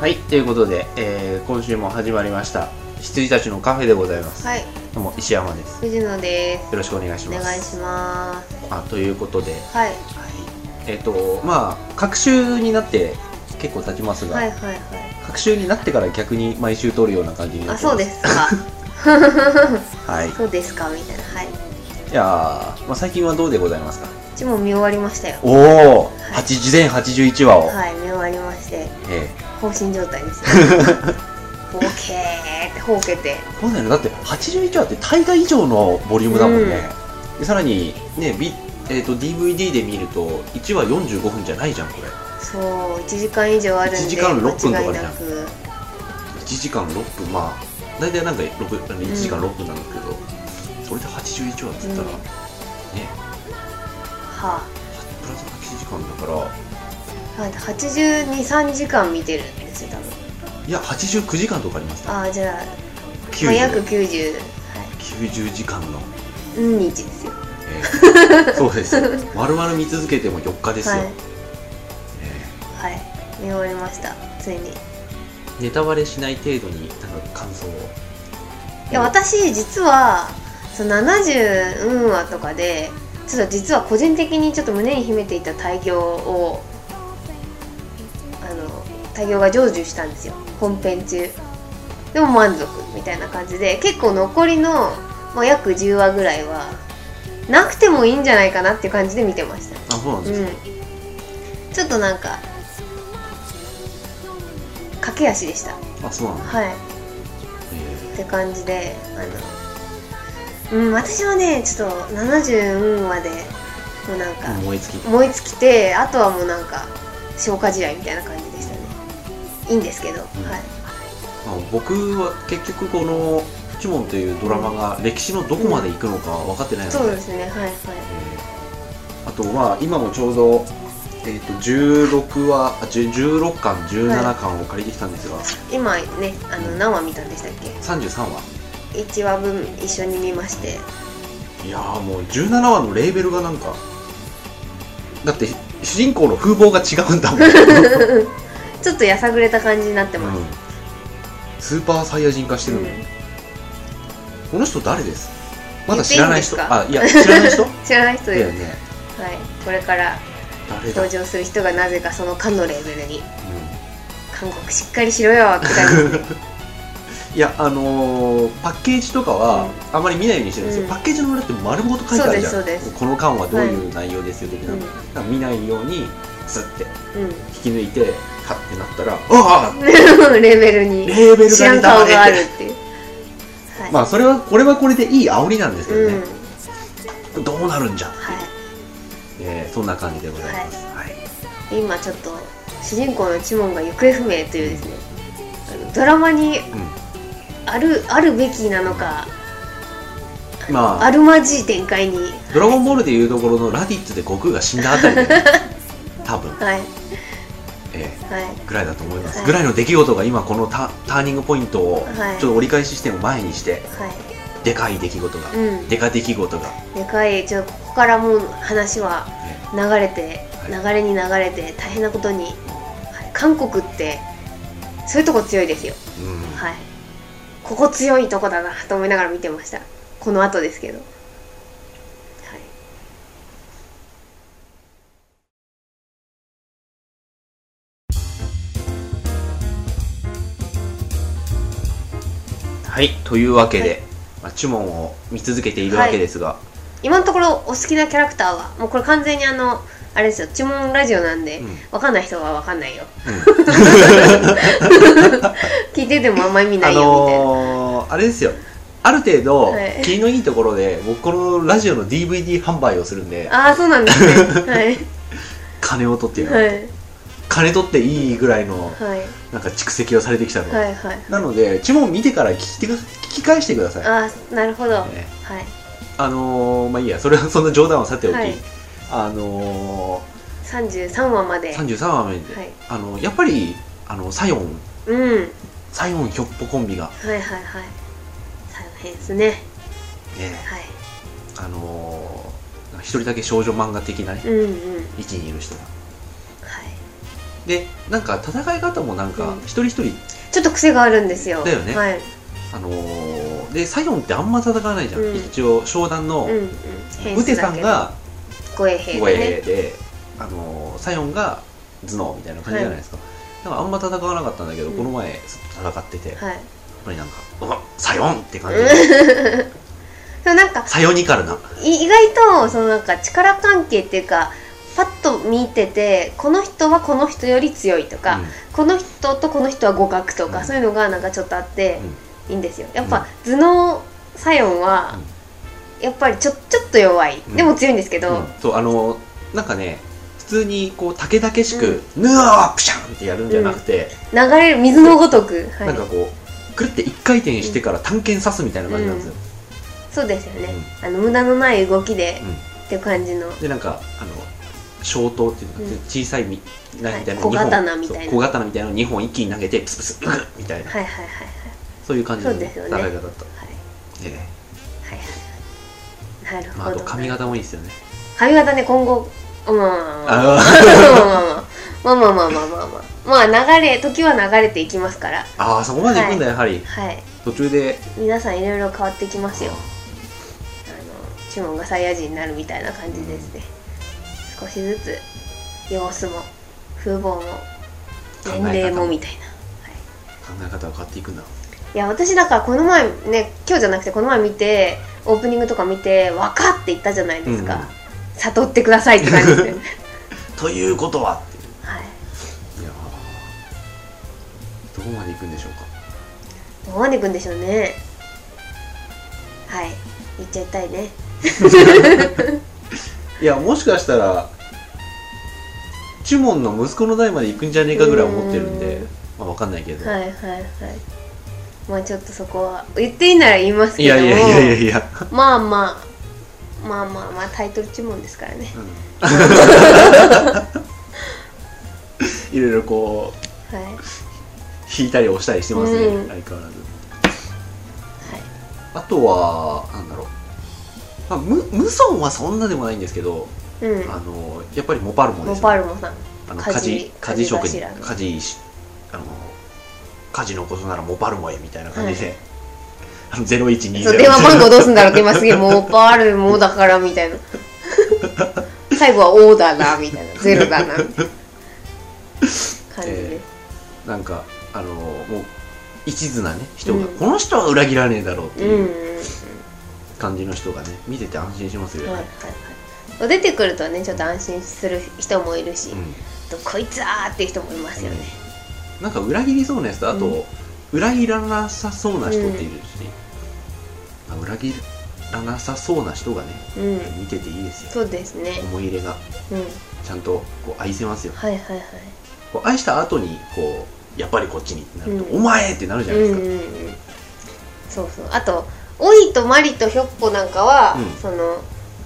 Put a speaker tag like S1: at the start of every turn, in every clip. S1: はい、ということで、えー今週も始まりました羊たちのカフェでございます。
S2: はい、
S1: どうも石山です。
S2: 藤野です。
S1: よろしくお願いし
S2: お
S1: ます。
S2: 願いします。
S1: あということで、は
S2: は
S1: い、
S2: い、
S1: えっ、とまあ各週になって結構経ちますが、
S2: はいはいはい。
S1: 各週になってから逆に毎週撮るような感じにな
S2: あ、
S1: ってます。
S2: そうですか。
S1: はい。い
S2: そうですかみたいな。はい。う
S1: やーまあ最近はどうでございますか。
S2: ちも見終わりましたよ。
S1: おお、八十全八十一話を、
S2: はい、見終わりまして、
S1: え
S2: 放心状態 ですよ。ほうけーって、ほうけて。
S1: えそうだよね。だって八十一話って大概以上のボリュームだもんね。でさらにね、ビえっ、と DVD で見ると一話四十五分じゃないじゃんこれ。
S2: そう、1時間以上あるんで、
S1: 一時間六分
S2: 間
S1: とかじゃ
S2: 違い
S1: ん
S2: なく。
S1: 1時間6分まあ大体なんか6あの1時間6分なんですけど、それで81話って言ったら、
S2: うん
S1: ね
S2: は
S1: プラス8時間だから
S2: あ、はい、82、3時間見てるんですよ、多分。
S1: いや89時間とかありますね
S2: あー、じゃあ、
S1: 90
S2: まあ、約90、は
S1: 90時間の、
S2: い、うん日ですよ。
S1: え ーそうです丸々見続けても4日ですよ、
S2: はい
S1: え
S2: はい、見終わりました、ついに。
S1: ーネタバレしない程度になんか感想を
S2: いや私実はその70運話とかでちょっと実は個人的にちょっと胸に秘めていた大業をあの大業が成就したんですよ本編中でも満足みたいな感じで結構残りの、まあ、約10話ぐらいはなくてもいいんじゃないかなっていう感じで見てました
S1: あそうなんです
S2: う
S1: か、
S2: んちょっとなんか駆け足でした
S1: あそうなんだ、
S2: はい
S1: え
S2: って感じであの、うん、私はねちょっと70までもうなん
S1: ー
S2: か
S1: 燃え尽き
S2: 燃え尽きてあとはもうなんか消化試合みたいな感じでしたねいいんですけど、
S1: ん
S2: はい
S1: まあ僕は結局この「フチモン」というドラマが歴史のどこまで行くのか分かってないので、
S2: そうですねはいはい
S1: えーあとは今もちょうど、えー、と16話あ10 16巻17巻を借りてきたんですが、
S2: 今ねあの何話見たんでしたっけ
S1: 33話
S2: 1話分一緒に見まして
S1: いやーもう17話のレーベルがなんかだって主人公の風貌が違うんだもん、う
S2: ちょっとやさぐれた感じになってます、
S1: ん、スーパーサイヤ人化してるの、
S2: うん
S1: この人誰ですまだ知らない人
S2: 言
S1: あいや知らな い人
S2: 知らない人
S1: だ
S2: で
S1: よ
S2: す、
S1: ね
S2: はい、これから
S1: 誰だ、う
S2: 登場する人がなぜかその間のレベルに
S1: ん
S2: 韓国しっかりしろよって感じですね
S1: いやあのーパッケージとかはあまり見ないようにしてるんですよ、
S2: うん
S1: パッケージの裏って丸ごと書いてあるじゃん
S2: そうですそうです
S1: この間はどういう内容ですよ的な、
S2: うん
S1: だから見ないようにスッて
S2: うん
S1: 引き抜いてカッてなったらああ
S2: レベルに
S1: レーベル
S2: 知ら
S1: が
S2: ん
S1: 出た
S2: 顔
S1: わね
S2: がある
S1: って
S2: っていう、はい
S1: まあそれはこれはこれでいい煽りなんですけど
S2: うん
S1: ね、どうなるんじゃん、
S2: は
S1: えーそんな感じでございます、は
S2: い、
S1: い
S2: 今ちょっと主人公のチモンが行方不明というですねあのドラマにあるあるべきなのか
S1: うん、ま
S2: あ
S1: あ
S2: るまじい展開に
S1: 「ドラゴンボール」でいうところのラディッツで悟空が死んだあたりで 多分、
S2: はい
S1: えー
S2: はい
S1: ぐらいだと思います、
S2: はい
S1: ぐらいの出来事が今このタターニングポイントを
S2: はい
S1: ちょっと折り返し視点を前にして
S2: は
S1: でかい出来事が、
S2: いうん
S1: でか出来事が、
S2: でかいちょここからもう話は流れて
S1: はい
S2: 流れに流れて大変なことに、はい、韓国ってそういうとこ強いですよ
S1: うん
S2: はい、ここ強いとこだなと思いながら見てましたこの後ですけど、はい、
S1: はいというわけで、
S2: はい
S1: まあ、チュモンを見続けているわけですが、
S2: 今のところお好きなキャラクターはもうこれ完全にあのあれですよ「注文ラジオ」なんで、
S1: うん
S2: わかんない人はわかんないよ聞いててもあんまり見な
S1: あ
S2: いよみたいな、
S1: のー、あれですよある程度、
S2: はい
S1: 気のいいところで僕このラジオの DVD 販売をするんで
S2: ああーそうなんです ねはい
S1: 金を取ってやる、
S2: はい
S1: 金取っていいぐらいの
S2: はい
S1: なんか蓄積をされてきたの、
S2: はいはい
S1: なのでチュモン見てから聞いてく聞き返してください
S2: ああなるほど、はい
S1: ねあのー、まあいいやそれはそんな冗談はさておき、
S2: はい
S1: あの
S2: 33話ま
S1: ー、
S2: で
S1: 33話目で、
S2: はい
S1: あのやっぱりあのサヨン
S2: うん
S1: サヨンひょっぽコンビが
S2: はいはいはい大変ですね
S1: ね
S2: はい
S1: あのー一人だけ少女漫画的なね
S2: うんうん
S1: 位置にいる人が
S2: はい
S1: でなんか戦い方もなんか
S2: うん
S1: 一人一人、
S2: ちょっと癖があるんですよ
S1: だよね
S2: はい、
S1: あのーでサヨンってあんま戦わないじゃん、
S2: うん
S1: 一応商談の
S2: うんうん変
S1: ブテ
S2: 数
S1: さ
S2: だ
S1: ん
S2: けど
S1: が
S2: 護衛兵
S1: 護
S2: で
S1: 衛
S2: ね
S1: で、あのーサヨンが頭脳みたいな感じじゃないですか、だからあんま戦わなかったんだけど、
S2: うん
S1: この前戦ってて、やっ
S2: はい
S1: ぱりなんか「うわサヨン!」って感じで、
S2: うんでもなんか
S1: サヨニカルな、
S2: い意外とそのなんか力関係っていうかパッと見ててこの人はこの人より強いとか、
S1: うん
S2: この人とこの人は互角とか、
S1: うん
S2: そういうのがなんかちょっとあって、いいんですよやっぱ、頭脳作用は、やっぱりちょちょっと弱い、
S1: うん
S2: でも強いんですけど、
S1: うんそうあのーなんかね普通にこうたけだけしく「ぬわープシャン!」ってやるんじゃなくて、
S2: 流れる水のごとく、は
S1: なん
S2: い
S1: か、こうくるって一回転してから探検さすみたいな感じなんですよ、
S2: そうですよね、あの無駄のない動きで、
S1: うん
S2: っていう感じの
S1: でなんかあの小刀っていうの
S2: う
S1: が
S2: ん
S1: 小さいみ、な
S2: はい
S1: みたいな
S2: 小
S1: 二本
S2: 刀みたいな
S1: そう小刀みたいなの2本一気に投げてプスプスうぐっみたいな
S2: はいはいはいはい
S1: そういう感じの
S2: そう
S1: 戦
S2: で
S1: い
S2: すよ
S1: 方
S2: ね
S1: だった
S2: はい
S1: でね
S2: はいはいはいなる
S1: まあ、
S2: ほ
S1: あと
S2: ど、
S1: 髪型もいいですよね
S2: 髪型ね今後まあまあまあ
S1: あ
S2: まあまあまあまあまあまあまあまあまあ流れ時は流れていきますから
S1: ーあーそこまで行くんだやはり
S2: はい
S1: 途中で
S2: 皆さんいろいろ変わってきますよあの注文がサイヤ人になるみたいな感じですね少しずつ様子も風貌も
S1: 考え方も
S2: 年齢もみたいな
S1: 考え方が変わっていくんだろ
S2: いや私だからこの前ね今日じゃなくてこの前見てオープニングとか見て「わか!」って言ったじゃないですか、
S1: うん
S2: 悟ってくださいって感じです よね
S1: うということはっていう
S2: はい
S1: いやーどこまで行くんでしょうか
S2: どこまで行くんでしょうねはい行っちゃいたいね
S1: いやもしかしたらチュモンの息子の代まで行くんじゃねえかぐらい思ってるんで
S2: うん
S1: まあわかんないけど、
S2: はいはいはいまあちょっとそこは言っていいなら言います
S1: い
S2: けど
S1: や
S2: も
S1: いやいやいやいや
S2: まあまあまあまあまあタイトル注文ですからね
S1: いろいろこう
S2: はいはい
S1: 引いたり押したりしてますね、
S2: うん
S1: 相変わらずあとはなんだろう、まあ、無無損はそんなでもないんですけど、
S2: うん
S1: あのやっぱりモパルモで
S2: モ
S1: す
S2: パ
S1: よ、ね、
S2: ルモさん
S1: あの
S2: 家
S1: 家
S2: 事
S1: 事家事職
S2: 家事
S1: 人
S2: 柱の
S1: 家事しあの家事のことならモパルモへみたいな感じで、あの0120
S2: そう電話番号どうすんだろうって今すげえモパルモだからみ たいな最後はオーダーだみたいなゼロだなみたいな感じで
S1: えなんかあのもう一途なね人が、
S2: うん
S1: この人は裏切らねえだろうって
S2: うんうん
S1: いう
S2: うん
S1: 感じの人がね見てて安心しますよね、
S2: はいはいはい、出てくるとねちょっと安心する人もいるし、
S1: うん
S2: とこいつあーっていう人もいますよね、
S1: なんか裏切りそうなやつとあと、
S2: うん
S1: 裏切らなさそうな人っているし、まあ裏切らなさそうな人がね
S2: うん
S1: 見てていいですよ
S2: そうですね
S1: 思い入れが
S2: うん
S1: ちゃんとこう愛せますよ
S2: はいはいはい
S1: こう愛した後にこうやっぱりこっちにってなると「
S2: うん
S1: お前!」ってなるじゃないですか、
S2: うんうんうんそうそうあとおいとマリとひょっこなんかは、
S1: うん
S2: その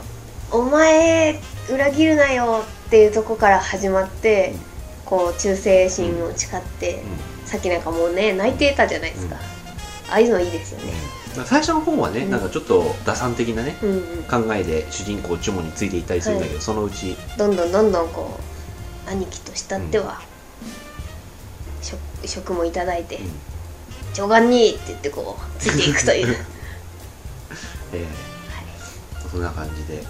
S2: 「お前裏切るなよ」っていうとこから始まって、
S1: うん
S2: こう忠誠心を誓って、さっきなんかもうね泣いてたじゃないですか、
S1: うん
S2: ああいうのいいですよ
S1: うん
S2: ね
S1: だから最初の方はね、
S2: うん
S1: なんかちょっと打算的なね
S2: うんうん
S1: 考えで主人公チュモについていったりするんだけど、そのうち
S2: どんどんどんどんこう兄貴と慕っては、職職もいただいて
S1: うん
S2: 「長眼に!」って言ってこうついていくと いう、はい、
S1: えーそんな感じで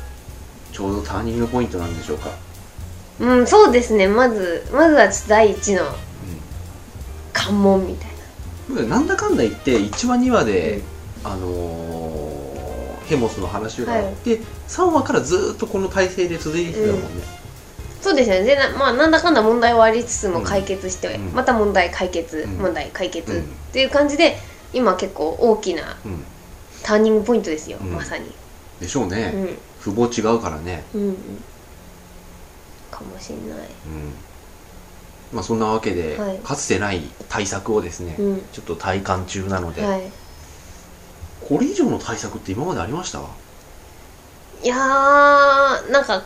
S1: ちょうどターニングポイントなんでしょうか、
S2: うんそうですねまずまずはちょっと第一の関門みたい
S1: うん、なんだかんだ言って1話2話で、あのーヘモスの話があって、3話からずーっとこの体制で続いてきてたもんね、
S2: なそうですよねでな,、まあ、なんだかんだ問題はありつつも解決して、
S1: うん
S2: また問題解決、
S1: うん
S2: 問題解決、
S1: うん
S2: っていう感じで今結構大きな
S1: うん
S2: ターニングポイントですよ、
S1: うん
S2: まさに
S1: でしょうね、
S2: うん
S1: 父母違うからね、
S2: うんうんかもしんない
S1: うんまあ、そんなわけで、
S2: はい
S1: かつてない対策をですね、
S2: うん
S1: ちょっと体感中なので、
S2: はい
S1: これ以上の対策って今までありました
S2: いやーなんか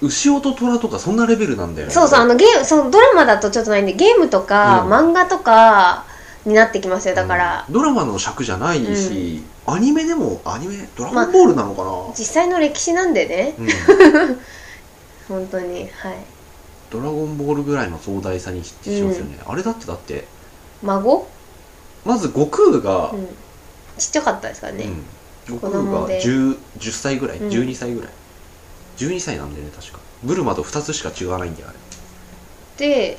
S1: 牛尾と虎とかそんなレベルなんだよね
S2: そうそうあのゲームそのドラマだとちょっとないんでゲームとか、
S1: うん
S2: 漫画とかになってきますよだから、
S1: うんドラマの尺じゃないし、アニメでもアニメドラゴンボールなのかな、
S2: 実際の歴史なんでね
S1: うん
S2: 本当にはい
S1: ドラゴンボールぐらいの壮大さに匹敵しますよね、あれだってだって
S2: 孫、
S1: まず悟空が、
S2: うん、ちっちゃかったですからね、
S1: うん、悟空
S2: 子供
S1: が
S2: で
S1: 10, 10歳ぐらい
S2: うん
S1: 12歳ぐらい、12歳なんでね確かブルマと2つしか違わないんだよあれ
S2: で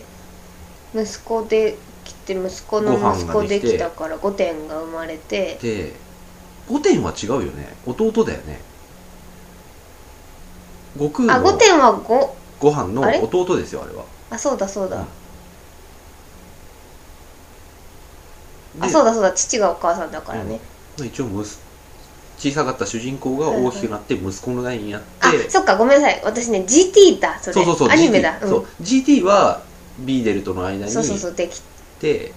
S2: 息子で来て息子の息子できたから御殿が生まれて
S1: で5点は違うよね弟だよね悟空
S2: あ
S1: の
S2: 御殿は5
S1: ご飯の
S2: あれ
S1: 弟ですよあれは
S2: あそうだそうだ、
S1: うん
S2: あそうだそうだ父がお母さんだからね、
S1: で一応むす小さかった主人公が大きくなって息子の代になって、
S2: あそっかごめんなさい私ね GT だそれ
S1: そうそうそう
S2: アニメだ、
S1: GT, そう GT はビーデルとの間
S2: うん、
S1: に
S2: そうそうそうでき
S1: で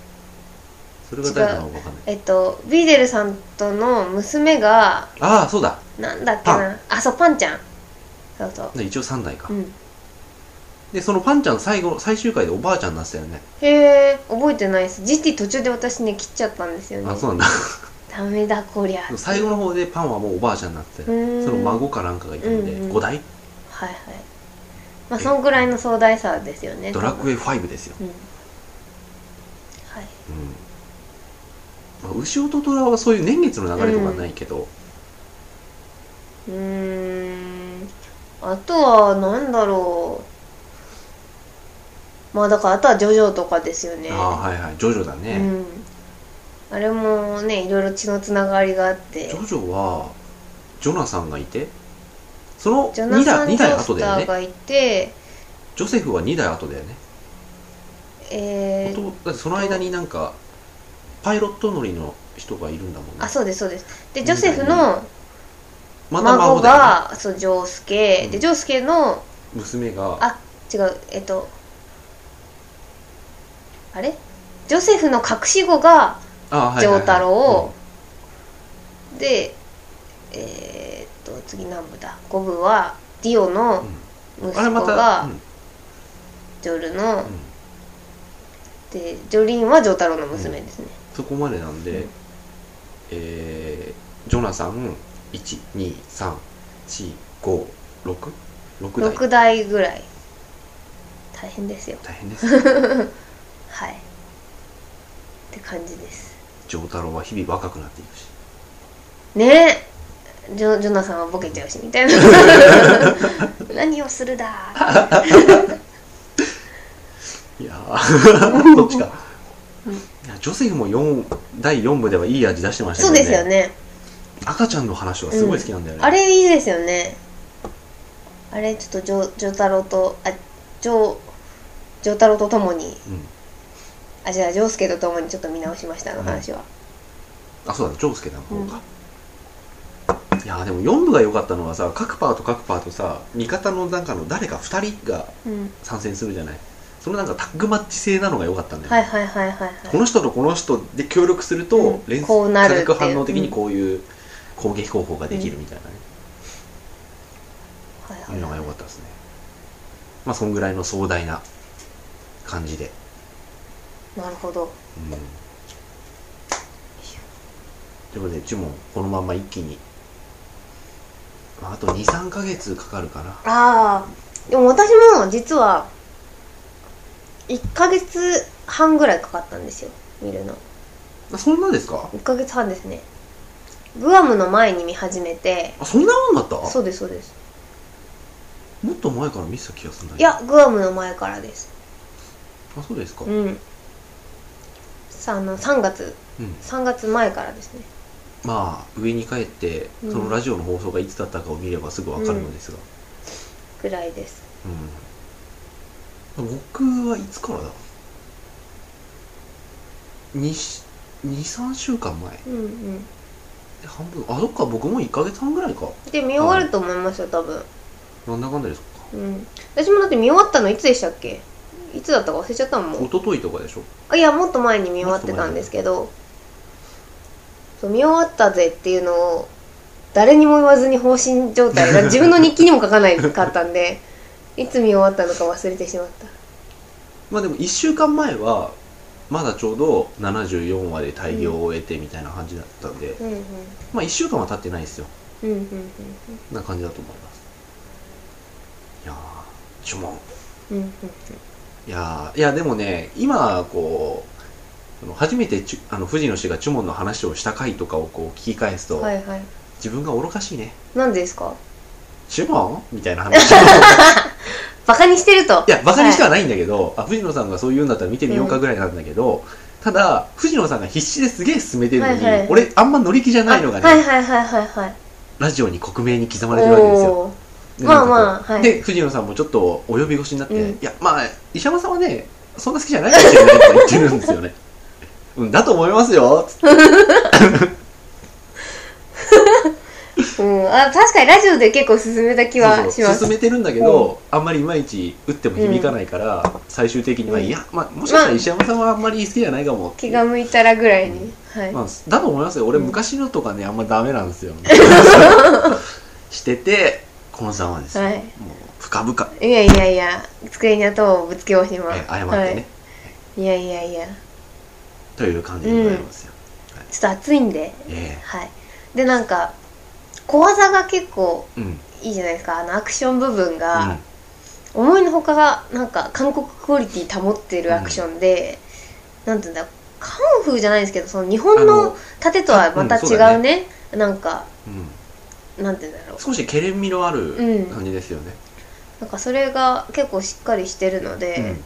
S1: それが誰なのかわかんない
S2: えっとビーデルさんとの娘が
S1: ああそうだ
S2: なんだっけなあそうパンちゃんそうそう
S1: で一応3代か、
S2: うん、
S1: でそのパンちゃん最後最終回でおばあちゃんになってたよね、
S2: へえ覚えてないです GT 途中で私ね切っちゃったんですよね
S1: あそうなんだ
S2: ダメだこりゃ
S1: 最後の方でパンはもうおばあちゃんになってた
S2: う
S1: よ
S2: ーん
S1: その孫かなんかがいたので、
S2: うんうん
S1: 5代
S2: はいはいまあそんぐらいの壮大さですよね
S1: ドラクエ5ですよ、
S2: うんはい
S1: うんまあ、牛音虎はそういう年月の流れとかはないけど、
S2: うーんあとはなんだろうまあだからあとはジョジョとかですよね
S1: ああはいはいジョジョだね、
S2: うんあれもねいろいろ血のつながりがあって
S1: ジョジョはジョナサンがいてその
S2: ジョナ
S1: 2
S2: サ
S1: 代
S2: ン・ジ
S1: 二代
S2: ョ
S1: 後
S2: ス
S1: だ
S2: タ
S1: よ
S2: ー
S1: ね
S2: がいて、
S1: ジョセフは2代後だよね
S2: えー、
S1: 弟だってその間になんかパイロット乗りの人がいるんだもんね
S2: あそうですそうですで
S1: 二
S2: ジョ
S1: 代
S2: セフの
S1: また
S2: 孫
S1: 孫だよ、ね、
S2: が、そうジョースケ、
S1: うん
S2: でジョースケの
S1: 娘
S2: あ
S1: が
S2: 違うえっとあれジョセフの隠し子が
S1: あはいはい
S2: 丈
S1: はい
S2: 太郎
S1: うん
S2: をでえーっと次何部だ5部はディオの息
S1: あれ
S2: 子
S1: また、
S2: が
S1: うん
S2: ジョルの、
S1: うん
S2: でジョリンは丈太郎の娘ですね、
S1: そこまでなんで、
S2: うん
S1: えー、ジョナサン1234566代
S2: 6代ぐらい大変ですよ
S1: 大 変ですね
S2: はいって感じです
S1: 丈太郎は日々若くなっていくし
S2: ねえジョジョナさんはボケちゃうしみ たいな何をするだーって
S1: いや ーどっちか、いやジョセフも四第4部ではいい味出してましたけ
S2: そ
S1: ど
S2: う
S1: ね
S2: ですよね
S1: 赤ちゃんの話がすごい好きなんだよね、
S2: あれいいですよねあれちょっとジョジョ太郎とあジョジョ太郎とともに
S1: うん
S2: あじゃあジョウスケとともにちょっと見直しましたあの話は、
S1: あそうだジョウスケの方か、いやーでも4部が良かったのはさ各パート各パートさ味方の中の誰か2人が
S2: うん、
S1: 参戦するじゃないそのなんかタッグマッチ制なのが良かったんだよね、
S2: はいはいはいはい
S1: こ
S2: はい
S1: の人とこの人で協力すると、
S2: うん
S1: 連
S2: こうなるっていう
S1: 化学反応的にこういう攻撃方法ができるみたいなね、
S2: はい
S1: いうのが
S2: はい
S1: 良かったですねまあそんぐらいの壮大な感じで、
S2: なるほど
S1: うん、ということでジュモンこのまんま一気に、まあ、あと23ヶ月かかるかな
S2: ああでも私も実は1ヶ月半ぐらいかかったんですよ見るの
S1: あそんなですか
S2: 1ヶ月半ですねグアムの前に見始めて
S1: あそんなもんだった
S2: そうですそうです
S1: もっと前から見てた気がするんだ
S2: いやグアムの前からです
S1: あそうですかう、
S2: うんんさあの3月3月前からですね
S1: まあ上に帰って
S2: うん
S1: そのラジオの放送がいつだったかを見ればすぐわかるのですが、
S2: ぐらいです
S1: うん僕はいつからだ23週間前
S2: うんうん
S1: で半分あそっか僕も1ヶ月半ぐらいか
S2: で見終わると思いますよ多分
S1: なんだかんだですか
S2: うん私もだって見終わったのいつでしたっけいつだったか忘れちゃったもん
S1: 一昨日とかでしょ
S2: あいやもっと前に見終わってたんですけどそう見終わったぜっていうのを誰にも言わずに放心状態が自分の日記にも書かないかったんで いつ見終わったのか忘れてしまった
S1: まあでも1週間前はまだちょうど74話で大業を終えてみたいな感じだったんで、
S2: うんうん
S1: まあ1週間は経ってないですよ
S2: うんうんうん
S1: な感じだと思いますいやー呪文
S2: うんうん
S1: いやーいやでもね今こうその初めてちゅあの藤野氏が呪文の話をした回とかをこう聞き返す
S2: う
S1: と、
S2: んはいはい
S1: 自分が愚かしいね
S2: 何ですか
S1: 呪文みたいな話を
S2: バカにしてると
S1: いやバカにしてはないんだけど、あ藤野さんがそう言うんだったら見てみようかぐらいなんだけど、ただ藤野さんが必死ですげえ進めてるのに、
S2: はいはい
S1: 俺あんま乗り気じゃないのがね、
S2: はいはいはいはいはい
S1: ラジオに克明に刻まれてるわけですよ
S2: おー
S1: で
S2: まあ
S1: なんかこう
S2: まあはい
S1: で藤野さんもちょっとお呼び越しになって、
S2: うん
S1: いやまあ石山さんはねそんな好きじゃないかもしれないって言ってるんで すよねうんだと思いますよつって
S2: うん、あ確かにラジオで結構進めた気はし
S1: そう
S2: ます
S1: そう進めてるんだけど、あんまりいまいち打っても響かないから、最終的には、
S2: うん
S1: いや、まあ、もしかしたら石山さんはあんまり好きじゃないかもって
S2: 気が向いたらぐらいに、はい、
S1: まあ、だと思いますよ俺
S2: うん
S1: 昔のとかねあんまダメな んですよ、しててコンさんはですね、
S2: はい
S1: もう深々
S2: いやいやいや机に頭をぶつけましま
S1: え
S2: す
S1: 謝ってね、
S2: はい、いやいやいや
S1: という感じでございますよ、
S2: ちょっと暑いんで
S1: え
S2: はいでなんか小技が結構
S1: えうん
S2: いいじゃないですかあのアクション部分
S1: うん
S2: が、思いのほかがなんか韓国クオリティ保ってるアクションで、なんていうんだカンフーじゃないですけどその日本の
S1: あの
S2: 盾とはまた
S1: うんそ
S2: 違
S1: うだ
S2: うね,、なんか
S1: うん
S2: なんていうんだろう
S1: 少しけれんみのある
S2: うん
S1: 感じですよね、
S2: なんかそれが結構しっかりしてるので、
S1: うん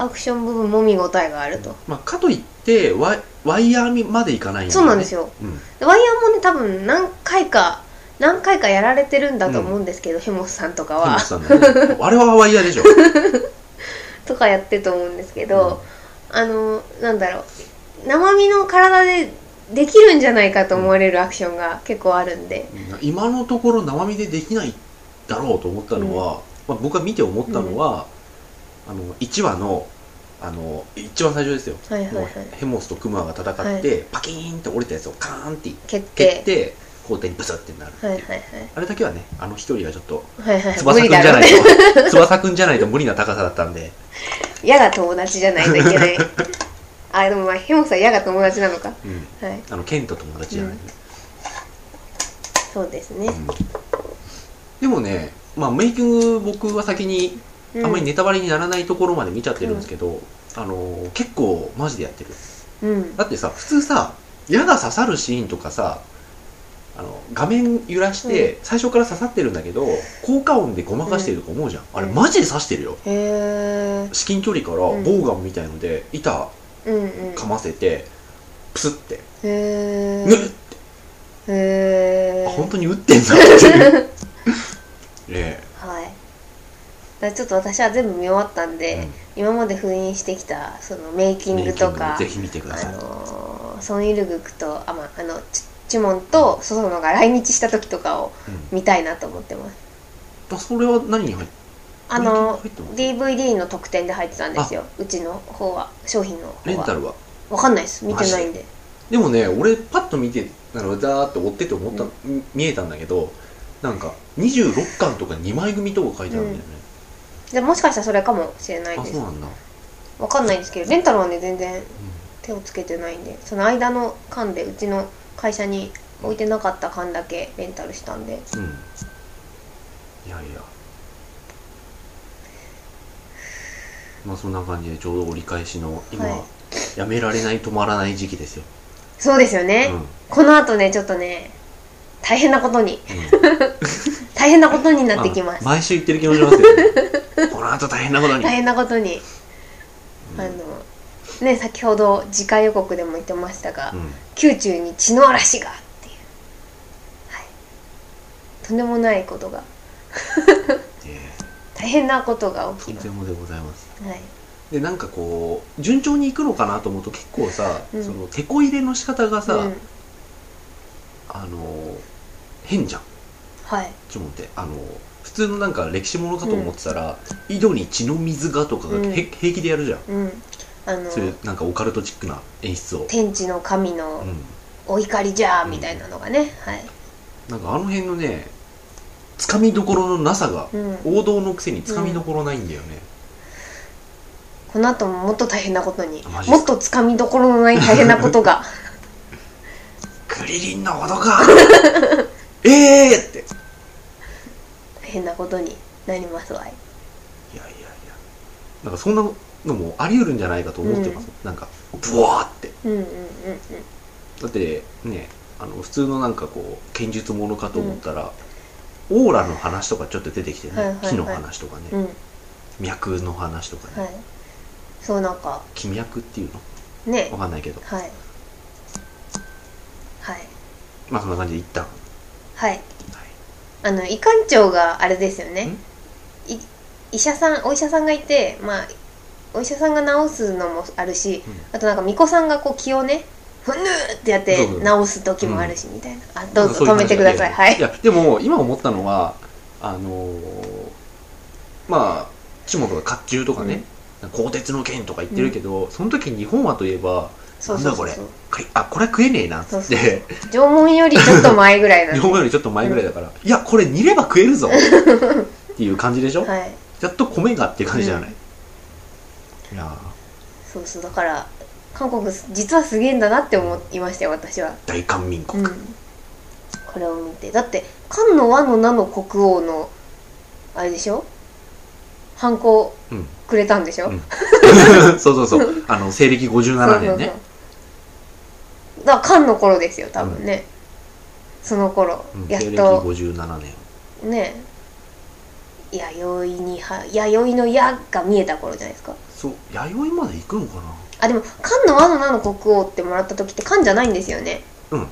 S2: アクション部分も見応えがあると、
S1: まあ、かといってワイワイヤーまでいかない
S2: そうなんです
S1: よ、
S2: よ
S1: うん
S2: でワイヤーもね多分何回か何回かやられてるんだと思うんですけど、ヘモスさんとかは
S1: そうなんだ ねあれはワイヤーでしょ、
S2: とかやってると思うんですけど、あのなんだろう生身の体でできるんじゃないかと思われるアクションが結構あるんで、
S1: うん今のところ生身でできないだろうと思ったのは、まあ、僕が見て思ったのは、あの1話のあの一番最初ですよ、
S2: はいはいはい
S1: もうヘモスとクマが戦って、
S2: はい
S1: パキーンって折れたやつをカーンって
S2: 決定
S1: 蹴って後手にブスってなるっていう、
S2: はいはい
S1: あれだけはねあの一人がちょっと
S2: はいはいはい
S1: 翼
S2: 無
S1: く
S2: 理
S1: んじゃ
S2: だろ
S1: な
S2: う
S1: いと 翼くんじゃないと無理な高さだったんで、
S2: 嫌が友達じゃないといけない あでもまあヘモスは嫌が友達なのか
S1: うん、
S2: はい
S1: あの剣と友達じゃない、
S2: そうですね、
S1: でもね、まあ、メイキング僕は先に
S2: うん、
S1: あんまりネタバレにならないところまで見ちゃってるんですけど、あのー結構マジでやってる
S2: うん
S1: だってさ普通さ矢が刺さるシーンとかさあの画面揺らして最初から刺さってるんだけど、効果音でごまかしてるとか思うじゃん、あれ
S2: うん
S1: マジで刺してるよ
S2: へえ
S1: 至近距離からボ
S2: うん
S1: ウガンみたいので板
S2: うんうん
S1: かませてプスって
S2: へ
S1: ぬっ
S2: えへえ
S1: あ本当に撃ってんだってい うねえ
S2: はいだからちょっと私は全部見終わったんで、
S1: うん
S2: 今まで封印してきたそのメイキン
S1: メ
S2: グ
S1: イキン
S2: と
S1: グ
S2: か
S1: ぜひ見てくだ
S2: あ
S1: さい、
S2: のーソン・イルグクとあ、まあ、あのチチュモンとソソノが来日した時とかを
S1: うん
S2: 見たいなと思ってます
S1: あそれは何に入っ
S2: あの
S1: メイキング入
S2: DVD の特典で入ってたんですようちの方は商品の
S1: レ
S2: 方
S1: ンタ
S2: は
S1: ルは
S2: わかんないです見てないんで
S1: でもね俺パッと見てあのザーって追ってて思った、み見えたんだけどなんか26巻とか2枚組とか書いてあるんだよね、
S2: でもしかしたらそれかもしれない
S1: あ
S2: で
S1: そう
S2: す
S1: なんだ、うん
S2: わかんないんですけどレンタルはね全然手をつけてないんでその間の間でうちの会社に置いてなかった間だけレンタルしたんで
S1: うん、いやいやまあそんな感じでちょうど折り返しの今、
S2: はい
S1: やめられない止まらない時期ですよ、
S2: そうですよね、
S1: うんうん
S2: この後ねちょっとね大変なことに大変なことに なってきます、
S1: あ毎週言ってる気もします けどこの後大変なことに、
S2: 大変なことに、
S1: うん
S2: あのね先ほど次回予告でも言ってましたが、
S1: うん
S2: 宮中に血の嵐がっていう、はい、とんでもないことが
S1: え
S2: 大変なことが
S1: え
S2: 起き
S1: とん
S2: ます
S1: で、もでございます
S2: はい、
S1: でなんかこう順調にいくのかなと思うと結構さ、
S2: うん
S1: そのテこ入れの仕方がさ、
S2: うん、
S1: あのー変じゃん
S2: はい
S1: ちょっと待ってあのー普通のなんか歴史ものかと思ってたら、井戸に血の水がとかが、
S2: うん
S1: へ平気でやるじゃん、
S2: うんあの
S1: そういうなんかオカルトチックな演出を、
S2: 天地の神
S1: う
S2: の
S1: ん、
S2: お怒りじゃーみたいなのがね、はい、
S1: なんかあの辺のねつかみどころのなさが、
S2: うん、
S1: 王道のくせにつかみどころないんだよね、
S2: この後ももっと大変なことに
S1: あマジっすか
S2: もっとつかみどころのない大変なことが
S1: クリリンのこと かええって
S2: 大変なことになりますわい
S1: いやいやいやなんかそんなのもあり得るんじゃないかと思ってます、なんかブワーって
S2: うんうんうん
S1: だってねあの普通のなんかこう剣術ものかと思ったら、オーラの話とかちょっと出てきてね、
S2: はいはいはい
S1: 木の話とかね、
S2: うんうん
S1: 脈の話とかね、
S2: はいそうなんか
S1: 気脈っていうの
S2: ね
S1: わかんないけど
S2: はいはい
S1: まあそんな感じで一旦、は
S2: はい
S1: い、
S2: あの医官長があれですよね
S1: ん
S2: い医者さんお医者さんがいてまあお医者さんが治すのもあるし、
S1: うん
S2: あとなんか巫女さんがこう気をねふぬーってやって
S1: そう
S2: 治す時もあるし、みたいなあどうぞ
S1: そい
S2: 止めてください
S1: 話
S2: はい
S1: いやでも今思ったのはあのーまあ岸本が甲冑とかね、鋼鉄の剣とか言ってるけど、その時日本はといえば
S2: そうそうそう
S1: なんだ
S2: そ
S1: こ
S2: う
S1: かいあこれ食えねえなっつ
S2: そう
S1: っ
S2: そう
S1: て
S2: そう縄文よりちょっと前ぐらいなん
S1: 日
S2: で
S1: 本よりちょっと前ぐらいだから、いやこれ煮れば食えるぞっていう感じでしょ、
S2: はい
S1: やっと米がっていう感じじゃない、いやー
S2: そうそうだから韓国実はすげえんだなって思いましたよ私は、
S1: 大韓民
S2: う
S1: 国、
S2: ん、これを見てだって漢の和の名の国王のあれでしょハンコ
S1: うん
S2: くれたんでしょ、
S1: うんそうそうそうあの西暦57年ね
S2: そうそうそうだから漢の頃ですよ多分ね、その頃、
S1: うん
S2: やっ
S1: 西暦
S2: と
S1: 57年
S2: ね弥生には弥生の矢が見えた頃じゃないですか
S1: そう弥生まで行くのかな
S2: あでも漢の和の名の国王ってもらった時って漢じゃないんですよね
S1: うん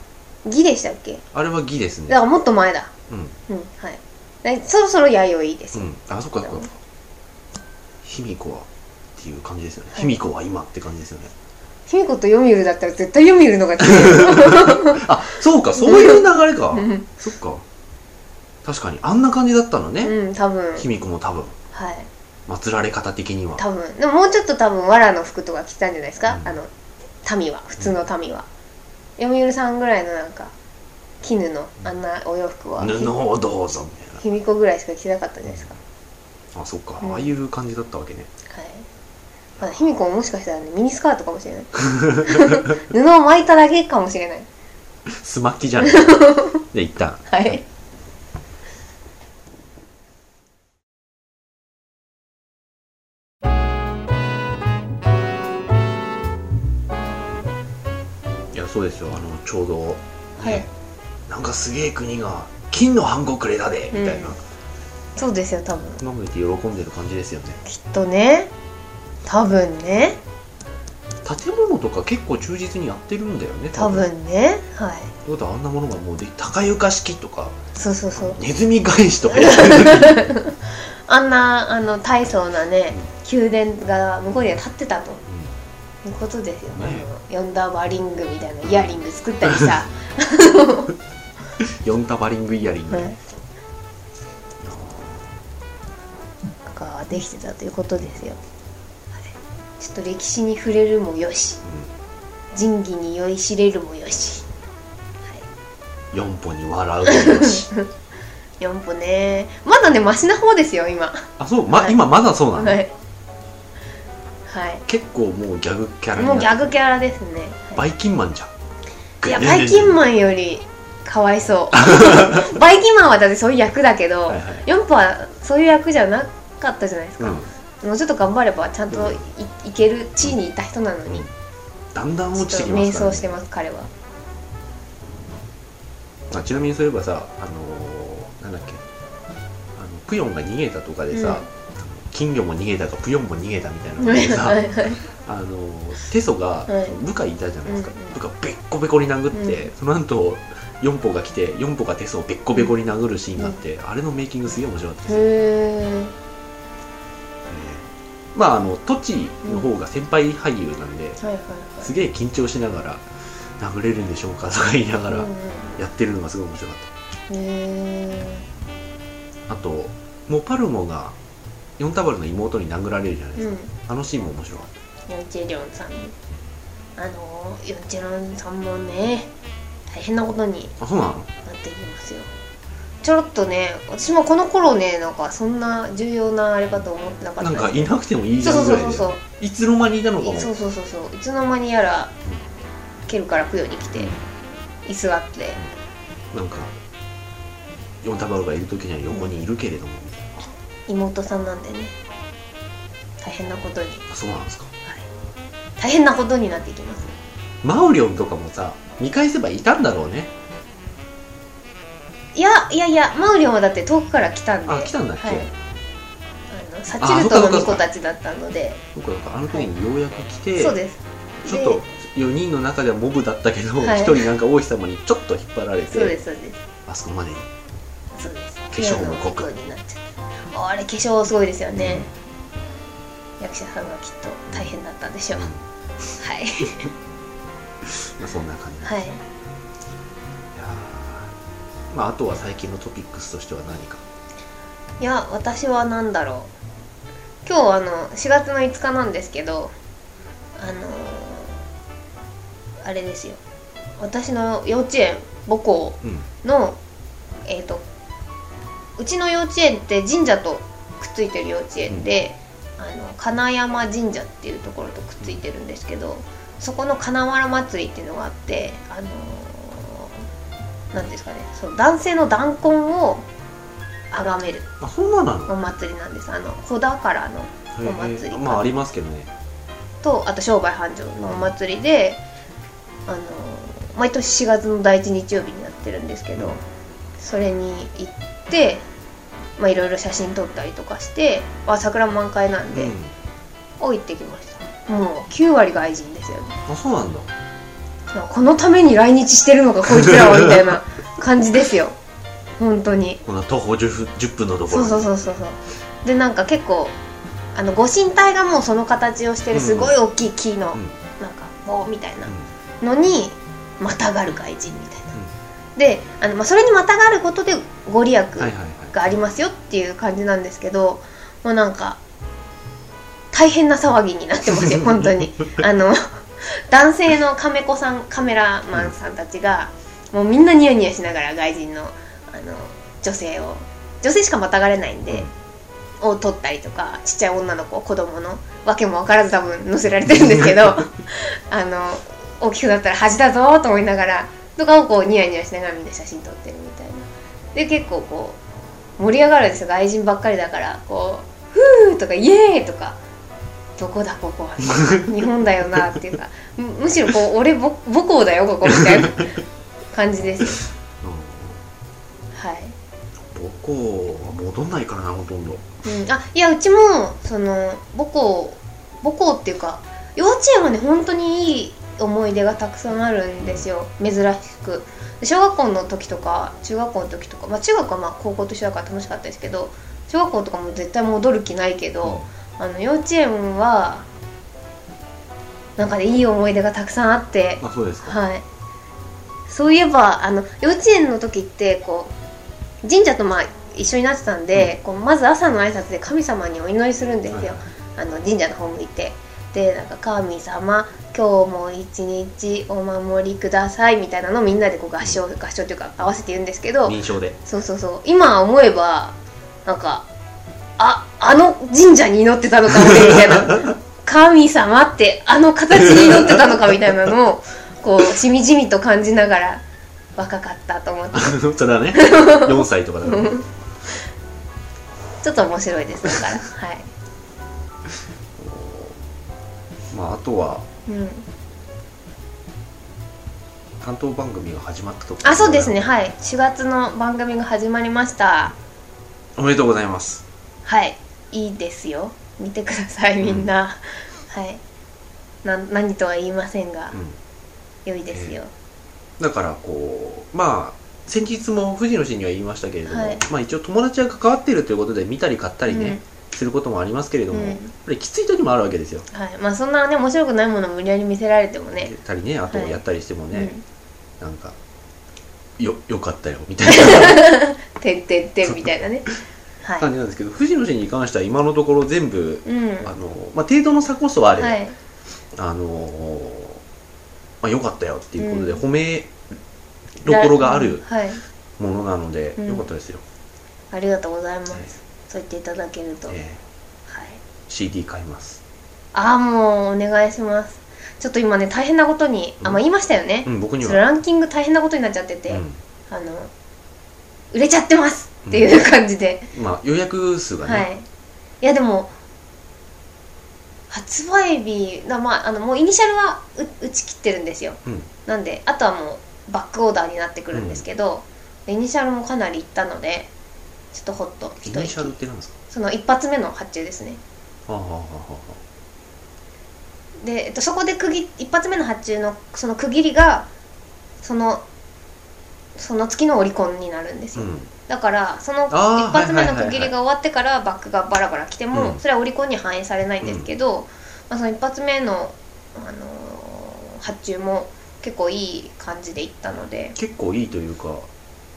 S2: 義でしたっけ
S1: あれは義です
S2: だ
S1: ね。
S2: からもっと前だ
S1: うん。
S2: うんはいでそろそろ弥生です
S1: う
S2: よ、
S1: ん。あ、そっかそっかそっか。卑弥呼はっていう感じですよね。卑弥呼は今って感じですよね。
S2: 卑弥呼とヨミウルだったら絶対ヨミウルのが強い
S1: あ、そうか、そう いう流れか
S2: う。ん
S1: そっか。確かに、あんな感じだったのね。
S2: うん多分
S1: 卑弥呼も多分、
S2: はい
S1: 祀られ方的には。
S2: 多分でももうちょっと多分藁の服とか着てたんじゃないですか、
S1: うん
S2: あの民は普通の民は、読売さんぐらいのなんか絹のあんなお洋服は
S1: 布をどうぞみたい
S2: 卑弥呼ぐらいしか着てなかったじゃないですか、
S1: な。あ、そっか。
S2: うん
S1: ああいう感じだったわ けね。
S2: はいまあ卑弥呼ももしかしたらねミニスカートかもしれない 布を巻いただけかもしれない
S1: すまっきじゃない。 で、一旦。
S2: はい
S1: いや、そうですよ。あの、ちょうど、
S2: はい
S1: ね、なんかすげえ国が、金のハンコくれたでみたいな
S2: うん。そうですよ多分
S1: そんなこと言って喜んでる感じですよね。
S2: きっとね多分ね
S1: 建物とか結構忠実にやってるんだよね
S2: 多分ねはい
S1: ということはあんなものがもうで高床式とか
S2: そうそうそう
S1: ネズミ返しとか やってる
S2: あんなあの大層なね宮殿が向こうには立ってたということですよ、
S1: ね
S2: あのヨンダーバリングみたいなイヤリング作ったりさ、
S1: 四束リングイヤリング、
S2: うんなんかできてたということですよはいちょっと歴史に触れるもよし仁義に酔いしれるもよし、は
S1: 四歩に笑うも よし
S2: い、4歩ねまだねマシな方ですよ今
S1: あそう、ま
S2: はい
S1: 今まだそうなの、
S2: はい、はい
S1: 結構もうギャグキャラに
S2: もうギ
S1: な
S2: ャ
S1: って
S2: グキャラですね。
S1: バイキンマンじゃん
S2: いや、バイキン
S1: ン
S2: マンよりかわい そう。バイキンマンはだってそういう役だけど
S1: はいはい、
S2: ヨンポはそういう役じゃなかったじゃないです
S1: う
S2: か。
S1: ん
S2: もうちょっと頑張ればちゃんとい,、いける地位にいた人なの
S1: う
S2: に
S1: ん、だんだん
S2: ちょ
S1: 落
S2: っ
S1: ち
S2: と
S1: てきま
S2: 迷
S1: すから、
S2: 走
S1: ね、
S2: してます彼は。
S1: あちなみにそういえばさあのーなんだっけあのプヨンが逃げたとかでさ、
S2: うん
S1: あの金魚も逃げたかプヨンも逃げたみたいなの
S2: は
S1: で
S2: い
S1: さ
S2: はいはい
S1: あのテソ
S2: は
S1: が、
S2: い
S1: 部下いたじゃないですか、
S2: うんうん
S1: 部下べっこべこに殴って、
S2: う
S1: その後4歩が来て4歩がテソをべっこべこに殴るシーンがあって、あれのメイキングすげえ面白かったです、
S2: へ
S1: まああのトチの方が先輩俳優なんで、
S2: ーはいはい
S1: すげえ緊張しながら殴れるんでしょうかとか言いな
S2: は
S1: が
S2: い。
S1: ら
S2: うんうん
S1: やってるのがすごい面白かっ
S2: へ
S1: たあとモパルモがヨンタバルの妹に殴られるじゃないで
S2: ー
S1: す
S2: う
S1: か、
S2: ん。
S1: あのシーンも面白かった
S2: ヨンチェリョンさん。あのヨンチェリョンさんもね、大変なことに
S1: あそうなの
S2: なっていきますよちょろっとね私もこの頃ねなんかそんな重要なあれかと思ってなかった
S1: なん
S2: です
S1: かいなくてもいいじ
S2: そう
S1: ゃ
S2: そ
S1: ん
S2: うそう
S1: ぐらい
S2: そう
S1: でいつの間にいたのかも
S2: そうそうそうそういつの間にやらケルから供養に来て居座って
S1: なんか4タバルがいる時には横にいるけれども、
S2: 妹さんなんでね大変なことに、はい、
S1: あそうなんですか
S2: 大変なことになっていきますね
S1: マウリョンとかもさ見返せばいたんだろうね
S2: いやいやいやマウリョンはだって遠くから来たんで
S1: あ来たんだっけ、
S2: はい、あのサチルトの巫女たちだったので
S1: 僕なんかあの時にようやく来て、
S2: そうです
S1: ちょっと4人の中ではモブだったけど、
S2: はい
S1: 1人なんか王妃様にちょっと引っ張られて
S2: そうですそうです
S1: あそこまでに
S2: そうです
S1: 化粧も濃く
S2: ピアノのことになっちゃったあれ化粧すごいですよね、役者さんがきっと大変だったんでしょう、
S1: うん
S2: はい
S1: まあ、そんな感じなん
S2: は
S1: で
S2: い
S1: すね、いやーまあ、あとは最近のトピックスとしては何か
S2: いや私は何だろう今日あの4月の5日なんですけどあのーあれですよ私の幼稚園母校
S1: うん
S2: のえっ、とうちの幼稚園って神社とくっついてる幼稚園で、あの金山神社っていうところとくっついてるんですけどそこの金原祭りっていうのがあってあのーなんていうんですかねその男性の弾痕を崇める
S1: あそんななの
S2: お祭りなんですあの穂宝のお祭り
S1: へーまあありますけどね
S2: とあと商売繁盛のお祭りで、あの毎年4月の第一日曜日になってるんですけど、
S1: うん
S2: それに行ってまあいろいろ写真撮ったりとかしてあ桜満開なんで、
S1: うん
S2: を行ってきましたもう9割外人ですよね
S1: あそうなんだ
S2: なんかこのために来日してるのかこいつらはみたい な感じですよ本当に
S1: こんな徒歩 10, 10分のとこ
S2: そ
S1: ろ
S2: うそうそうそうそうでなんか結構あのご神体がもうその形をしてるすごい大きい木の、
S1: うん
S2: なんか棒みたいな
S1: うん
S2: のにまたがる外人みたいな、であの、まあ、それにまたがることでご利益
S1: はいはいはい
S2: がありますよっていう感じなんですけど、もうなんか大変な騒ぎになってますよ本当 にあの男性のカメ子さんカメラマンさんたちがもうみんなニヤニヤしながら外人のあの女性を女性しかまたがれないんで、を撮ったりとかちっちゃい女の子子供のわけも分からず多分載せられてるんですけどあの大きくなったら恥だぞと思いながらとかをこうニヤニヤしながらみんな写真撮ってるみたいなで結構こう盛り上がるんですよ外人ばっかりだからこう「ふー」とか「イエーイ!」とか「どこだここは」日本だよなっていうかむむしろこう俺ぼ母校だよここみたいな感じですはい。
S1: うん母校は戻んないからなほとんど
S2: うん、あいやうちもその母校母校っていうか幼稚園はね本当にいい思い出がたくさんあるんですよ珍しくで小学校の時とか中学校の時とか、まあ、中学はまあ高校と一緒だから楽しかったですけど小学校とかも絶対戻る気ないけど、あの幼稚園はなんかねいい思い出がたくさんあって
S1: あそうですか
S2: はい、そういえばあの幼稚園の時ってこう神社とまあ一緒になってたんで、こうまず朝の挨拶で神様にお祈りするんですよ、あの神社の方向いてでなんか「神様今日も一日お守りください」みたいなのをみんなでこう合唱合唱というか合わせて言うんですけど、
S1: 認証で
S2: そうそうそう今思えばなんかああの神社に祈ってたのかもねみたい な神様ってあの形に祈ってたのかみたいなのをこうしみじみと感じながら若かったと思って
S1: あのそれはね4歳とかだから面
S2: ちょっと面白いですだからはい、
S1: まああとは
S2: うん、
S1: 担当番組が始まったとこ
S2: あそうですねはい4月の番組が始まりました
S1: おめでとうございます
S2: はいいいですよ見てくださいみんな、はいなん何とは言いませんが、
S1: うん
S2: 良いですよ、
S1: だからこうまあ先日も藤野氏には言いましたけれども、
S2: はい
S1: まあ一応友達が関わっているということで見たり買ったりね、
S2: うん
S1: することもありますけれども、
S2: うん
S1: やっぱりきつい時もあるわけですよ。
S2: はい、まあそんなね面白くないものを無理やり見せられてもね
S1: やったりねあと
S2: はい
S1: やったりしてもね、
S2: うん
S1: なんかよよかったよみたいな
S2: 「てんてんてん」みたいなねは
S1: 感
S2: い
S1: じなんですけど、藤野氏に関しては今のところ全部、
S2: うん
S1: あのまあ、程度の差こそはあれ、
S2: はい
S1: あのーまあ、よかったよっていうことで
S2: うん
S1: 褒めどころがある
S2: はい
S1: ものなので、
S2: うん
S1: よかったですよ。
S2: ありがとうございます、
S1: はい
S2: そう言っていただけると、はい
S1: えー CD 買います。
S2: ああもうお願いしますちょっと今ね大変なことに、あまあ言いましたよね、
S1: うん、僕に
S2: そ
S1: は。
S2: のランキング大変なことになっちゃってて、
S1: うん
S2: あの売れちゃってますっていう感じで、
S1: まあ予約数がね、
S2: はいいやでも発売日な、まあ、あのもうイニシャルはう打ち切ってるんですよ、
S1: うん
S2: なんであとはもうバックオーダーになってくるんですけど、イニシャルもかなりいったのでちょっとホッと
S1: イ
S2: 一
S1: ニシャルっ
S2: 息
S1: て何ですか
S2: その一発目の発注ですね
S1: はあはあはあは
S2: で、えっと、そこで区切一発目の発注のその区切りがそのその月のオリコンになるんです
S1: あう
S2: よ、
S1: ん
S2: だからその一
S1: あー
S2: 発目の
S1: はいはいはいはい
S2: 区切りが終わってからバックがバラバラ来ても、
S1: うん
S2: それはオリコンに反映されないんですけど、まあ、その一発目の、あのー発注も結構いい感じでいったので
S1: 結構いいというか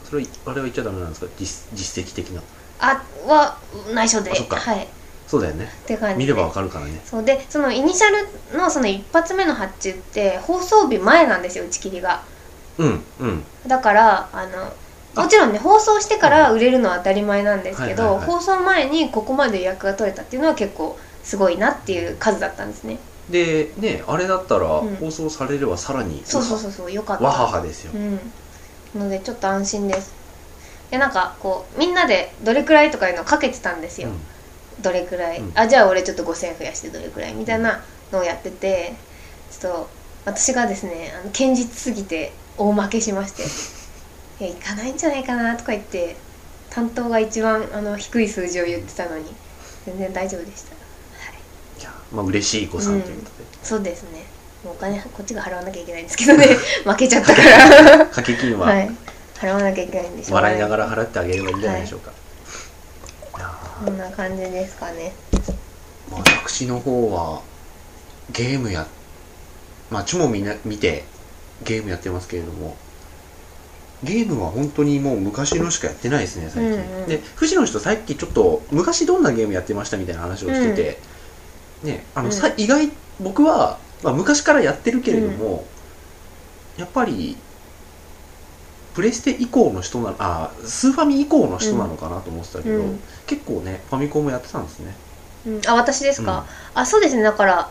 S1: それあれは言っちゃダメなんですか実実績的な
S2: あは内緒で
S1: あそっか
S2: はいっ
S1: そうだよね
S2: て感じで
S1: 見ればわかるからね
S2: そうでそのイニシャルのその一発目の発注って放送日前なんですよ打ち切りが
S1: うんうん
S2: だからあの
S1: あ
S2: もちろんね放送してから売れるのは当たり前なんですけど、
S1: はいはいはい
S2: 放送前にここまで予約が取れたっていうのは結構すごいなっていう数だったんですね
S1: でねあれだったら
S2: ん
S1: 放送されればさらに
S2: そうそうそうそうよかった
S1: わははですよ
S2: うんのでちょっと安心ですいやなんかこうみんなでどれくらいとかいうのをかけてたんですよ、
S1: う
S2: どれくらい、
S1: うん
S2: あじゃあ俺ちょっと5000増やしてどれくらいみたいなのをやっててちょっと私がですねあの堅実すぎて大負けしま して「いや行かないんじゃないかな」とか言って担当が一番あの低い数字を言ってたのに全然大丈夫でしたはい
S1: んいやまあ嬉しい子さんということで、
S2: そうですねもうお金こっちが払わなきゃいけないんですけ どね負けちゃったから
S1: 掛け金
S2: は
S1: はい
S2: 払わなきゃいけないんでしょうが
S1: 笑いながら払ってあげればいいんじゃないでしょうか、いやー
S2: こんな感じですかね
S1: まあ私の方はゲームやまあちもみな見てゲームやってますけれどもゲームは本当にもう昔のしかやってないですね最近、
S2: うんうん
S1: で藤野の人さっきちょっと昔どんなゲームやってましたみたいな話をしてて、ねあの、
S2: うん
S1: さ意外僕は、まあ、昔からやってるけれども、やっぱりプレステ以降の人なのあスーファミ以降の人なのかなと思ってたけど、
S2: うん
S1: 結構ねファミコンもやってたんですね
S2: うん、あ私ですか、あそうですねだから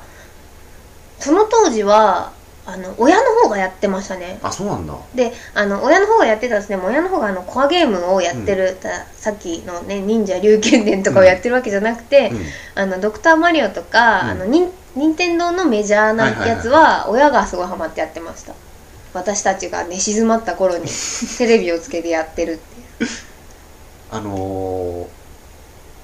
S2: その当時はあの親の方がやってましたね
S1: あそうなんだ
S2: であの親の方がやってたんですねもう親の方があのコアゲームをやってる、たさっきのね忍者龍剣伝とかをやってるわけじゃなくて、
S1: うん
S2: あのドクターマリオとか、
S1: うん
S2: あのニン任天堂のメジャーな
S1: はいはいはい
S2: やつは親がすごいハマってやってました、私たちが寝静まった 頃にテレビをつけてやってるっていう
S1: あの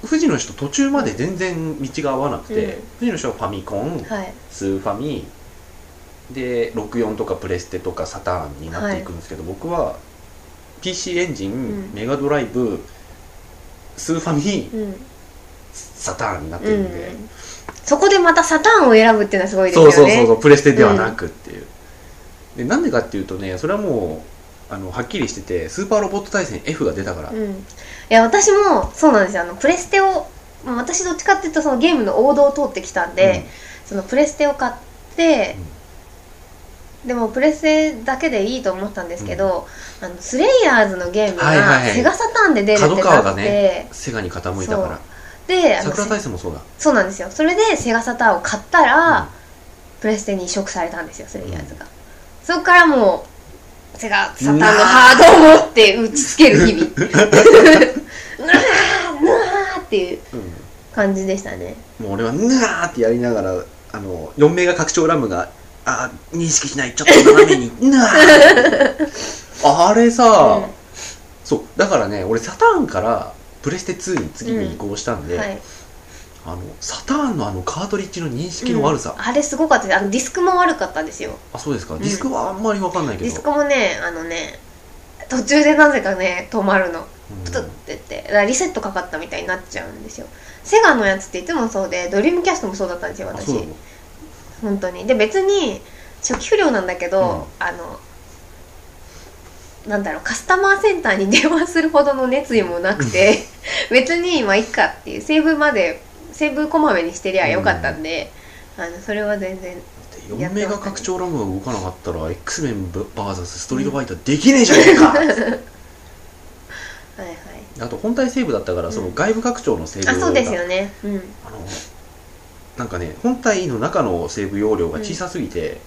S1: ー、富士の人途中まで全然道が合わなくて、
S2: うん
S1: 富士の人はファミコン、
S2: はい
S1: スーファミで64とかプレステとかサターンになっていくんですけど、僕は PC エンジン、
S2: うん
S1: メガドライブスーファミ
S2: うん、
S1: サターンになって
S2: う
S1: る
S2: ん
S1: んで、、
S2: そこでまたサターンを選ぶっていうのはすごいですよ
S1: そう
S2: ね
S1: そうそうそうプレステではなくっていう、でなんでかっていうとねそれはもうあのはっきりしててスーパーロボット対戦 F が出たから、
S2: うん、いや私もそうなんですよあのプレステをまあ私どっちかっていうとそのゲームの王道を通ってきたんで、そのプレステを買って、でもプレステだけでいいと思ったんですけど、あのスレイヤーズのゲーム
S1: はいはい
S2: が
S1: はい
S2: セガサターンで出るってなって、
S1: 角川がねセガに傾いたから
S2: であの
S1: 桜大戦もそうだ
S2: そうなんですよそれでセガサターンを買ったら、プレステに移植されたんですよスレイヤーズが、そこからもうセガサターンのハードを持って打ちつける日々 うわーうわーっていう
S1: うんうん
S2: 感じでしたね
S1: もう俺はぬわーってやりながらあの4メガ拡張ラムがあー認識しないちょっと斜めにぬわーあれさ、
S2: うん
S1: そうだからね俺サターンからプレステ2に次に移行したんで、
S2: はい、
S1: あのサターンのあのカートリッジの認識の悪さ、
S2: うんあれすごかったですあのディスクも悪かったんですよ
S1: あそうですか
S2: ん
S1: ディスクはあんまり分かんないけ
S2: デ
S1: ど、
S2: ィスクもねあのね途中でなぜかね止まるの
S1: うん
S2: プツってってだからリセットかかったみたいになっちゃうんですよセガのやつっていつもそうでドリームキャストもそうだったんですよ
S1: あ
S2: 私
S1: そうだもん
S2: 本当にで別に初期不良なんだけど、あのなんだろうカスタマーセンターに電話するほどの熱意もなくて 別にまあいっかっていうセーブまでセーブこまめにしてりゃよかったんで、あのそれは全然
S1: 4メガ拡張ラムが動かなかったら X メン VS ストリートファイターできねえじゃねえか、
S2: はいはい
S1: あと本体セーブだったからその外部拡張のセーブ
S2: あそうです
S1: が
S2: よねうん
S1: あのなんかね本体の中のセーブ容量が小さすぎて、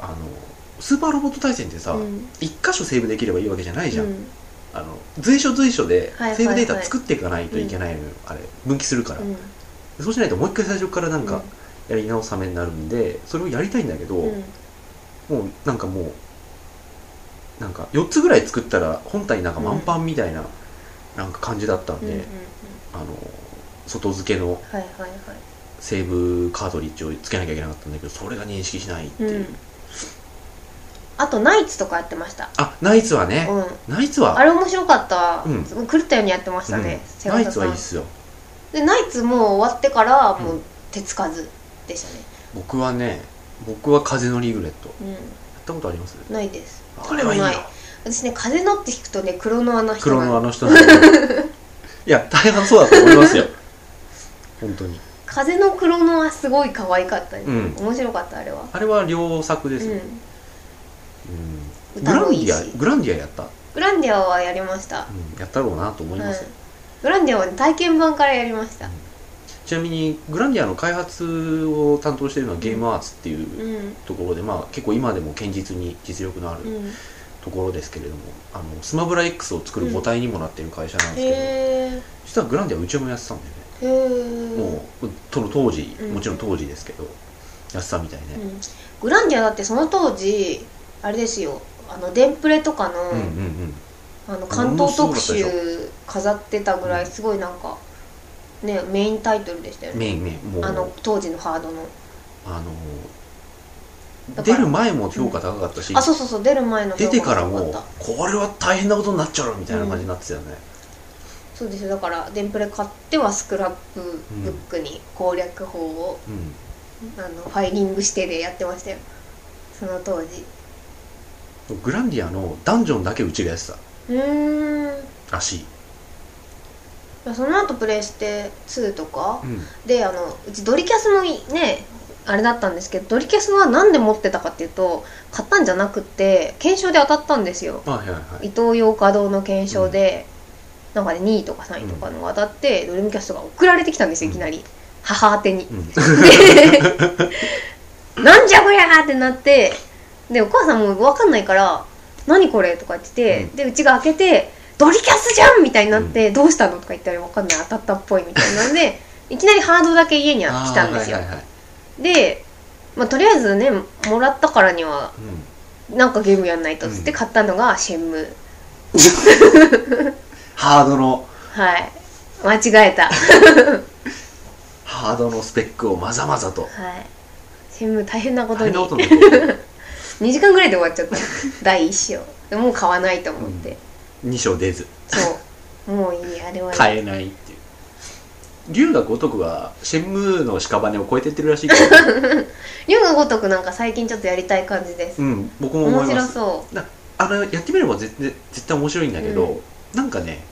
S1: あのスーパーロボット対戦ってさ、
S2: うん
S1: 一箇所セーブできればいいわけじゃないじゃん、
S2: うん
S1: あの随所随所で
S2: はいはいはい
S1: セーブデータ作っていかないといけないのよ、あれ分岐するから、
S2: うん
S1: そうしないともう一回最初からなん
S2: う
S1: か
S2: ん
S1: やり直すためになるんでそれをやりたいんだけど、
S2: うん
S1: もうなんかもうなんか4つぐらい作ったら本体なんか満帆みたいな,、なんか感じだったん
S2: うん
S1: で、
S2: うんうん
S1: あの外付け
S2: は
S1: の
S2: いはいはい
S1: セーブカートリッジを付けなきゃいけなかったんだけどそれが認識しないっていう、
S2: うんあとナイツとかやってました
S1: あナイツはね、
S2: うん
S1: ナイツは
S2: あれ面白かった、
S1: うん
S2: 狂ったようにやってました
S1: う
S2: ね
S1: ん、
S2: セガ
S1: ナイ
S2: サ
S1: ツ
S2: さ
S1: はいい
S2: ん
S1: っすよ
S2: でナイツもう終わってからも
S1: う
S2: う手つかずでしたね
S1: 僕はね僕は風のリグレットや
S2: う
S1: ったことあります
S2: んないです
S1: あれはいいよ
S2: ない私ね風のって弾くとね黒の穴人
S1: 黒
S2: な
S1: のあ
S2: の
S1: の人なんだけ どいや大半そうだと思いますよ 本当に
S2: 風の黒のはすごい可愛かったね、
S1: うん
S2: 面白かったあれは
S1: あれは両作
S2: う
S1: です
S2: ん
S1: よ、うんグ
S2: 歌
S1: ラ
S2: も
S1: ンデ
S2: いいし
S1: ィアグランディアやった、
S2: グランディアはやりました、
S1: うん、やったろうなと思い
S2: うん
S1: ますよ、
S2: グランディアは、ね、体験版からやりました
S1: ちなみにグランディアの開発を担当しているのはゲームアーツっていう
S2: うんうん
S1: ところで、まあ、結構今でも堅実に実力のあるところですけれども、あのスマブラ X を作る母体にもなっている会社なんですけど、
S2: へ
S1: 実はグランディアうちもやってたんだよね、
S2: えへえ
S1: もうその当時
S2: うん
S1: もちろん当時ですけど、やってたみたいね、
S2: うんグランディアだってその当時あれですよあのデンプレとかの,、
S1: うんうんうん
S2: あの関東特集飾ってたぐらいすごいなんか、ねメインタイトルでしたよね
S1: メインメインもう
S2: あ
S1: あ
S2: の
S1: の
S2: 当時のハードのだか
S1: 出
S2: ら
S1: る前も評価高かったし、
S2: あそうそうそう出る前の
S1: 出てから
S2: 評価
S1: も
S2: も高かっ
S1: これは大変なことになっちゃうみたいな感じになってたよね、
S2: たそうですよだからデンプレ買ってはスクラップブックに攻略法を、
S1: うん
S2: あのファイリングしてでやってましたよその当時
S1: グランディアのダンジョンだけうちがやって
S2: うーん
S1: たらしい、
S2: その後プレイステ2とか
S1: うん
S2: であのうちドリキャスもねあれだったんですけどドリキャスは何で持ってたかっていうと買ったんじゃなくて検証で当たったんですよ
S1: はいはいはい
S2: 伊東洋華堂の検証で、なんかね2位とか3位とかのが当たって、ドリームキャストが送られてきたんですよいきなり、母宛てに
S1: うん
S2: なんじゃこりゃーってなってでお母さんも分かんないから「何これ?」とか言ってて、
S1: うん
S2: でうちが開けて「ドリキャスじゃん!」みたいになって「どうしたの?」とか言ったら「分かんない当たったっぽい」みたいなん でいきなりハードだけ家に来
S1: あー
S2: たんですよ、
S1: はいはいはい
S2: で、まあ、とりあえずねもらったからには
S1: うん
S2: なんかゲームやんないとっつって
S1: うん
S2: 買ったのがシェンムー、
S1: ハードの
S2: はい間違えたは
S1: ハードのスペックをまざまざと
S2: いシェンムー大変なこと
S1: 大
S2: に
S1: 変なことになってる
S2: 2時間ぐらいで終わっちゃった第1章でもう買わないと思って、
S1: 二章出ず
S2: そうもういいあ れは
S1: 買えないっていう龍が如くはシェンムーの屍を超えてってる らしいけど、
S2: 龍が如くなんか最近ちょっとやりたい感じです、
S1: うん、僕も思
S2: 面
S1: いま
S2: 白
S1: す
S2: そ
S1: あのやってみれば絶対絶対面白いんだけど、
S2: う
S1: なんかね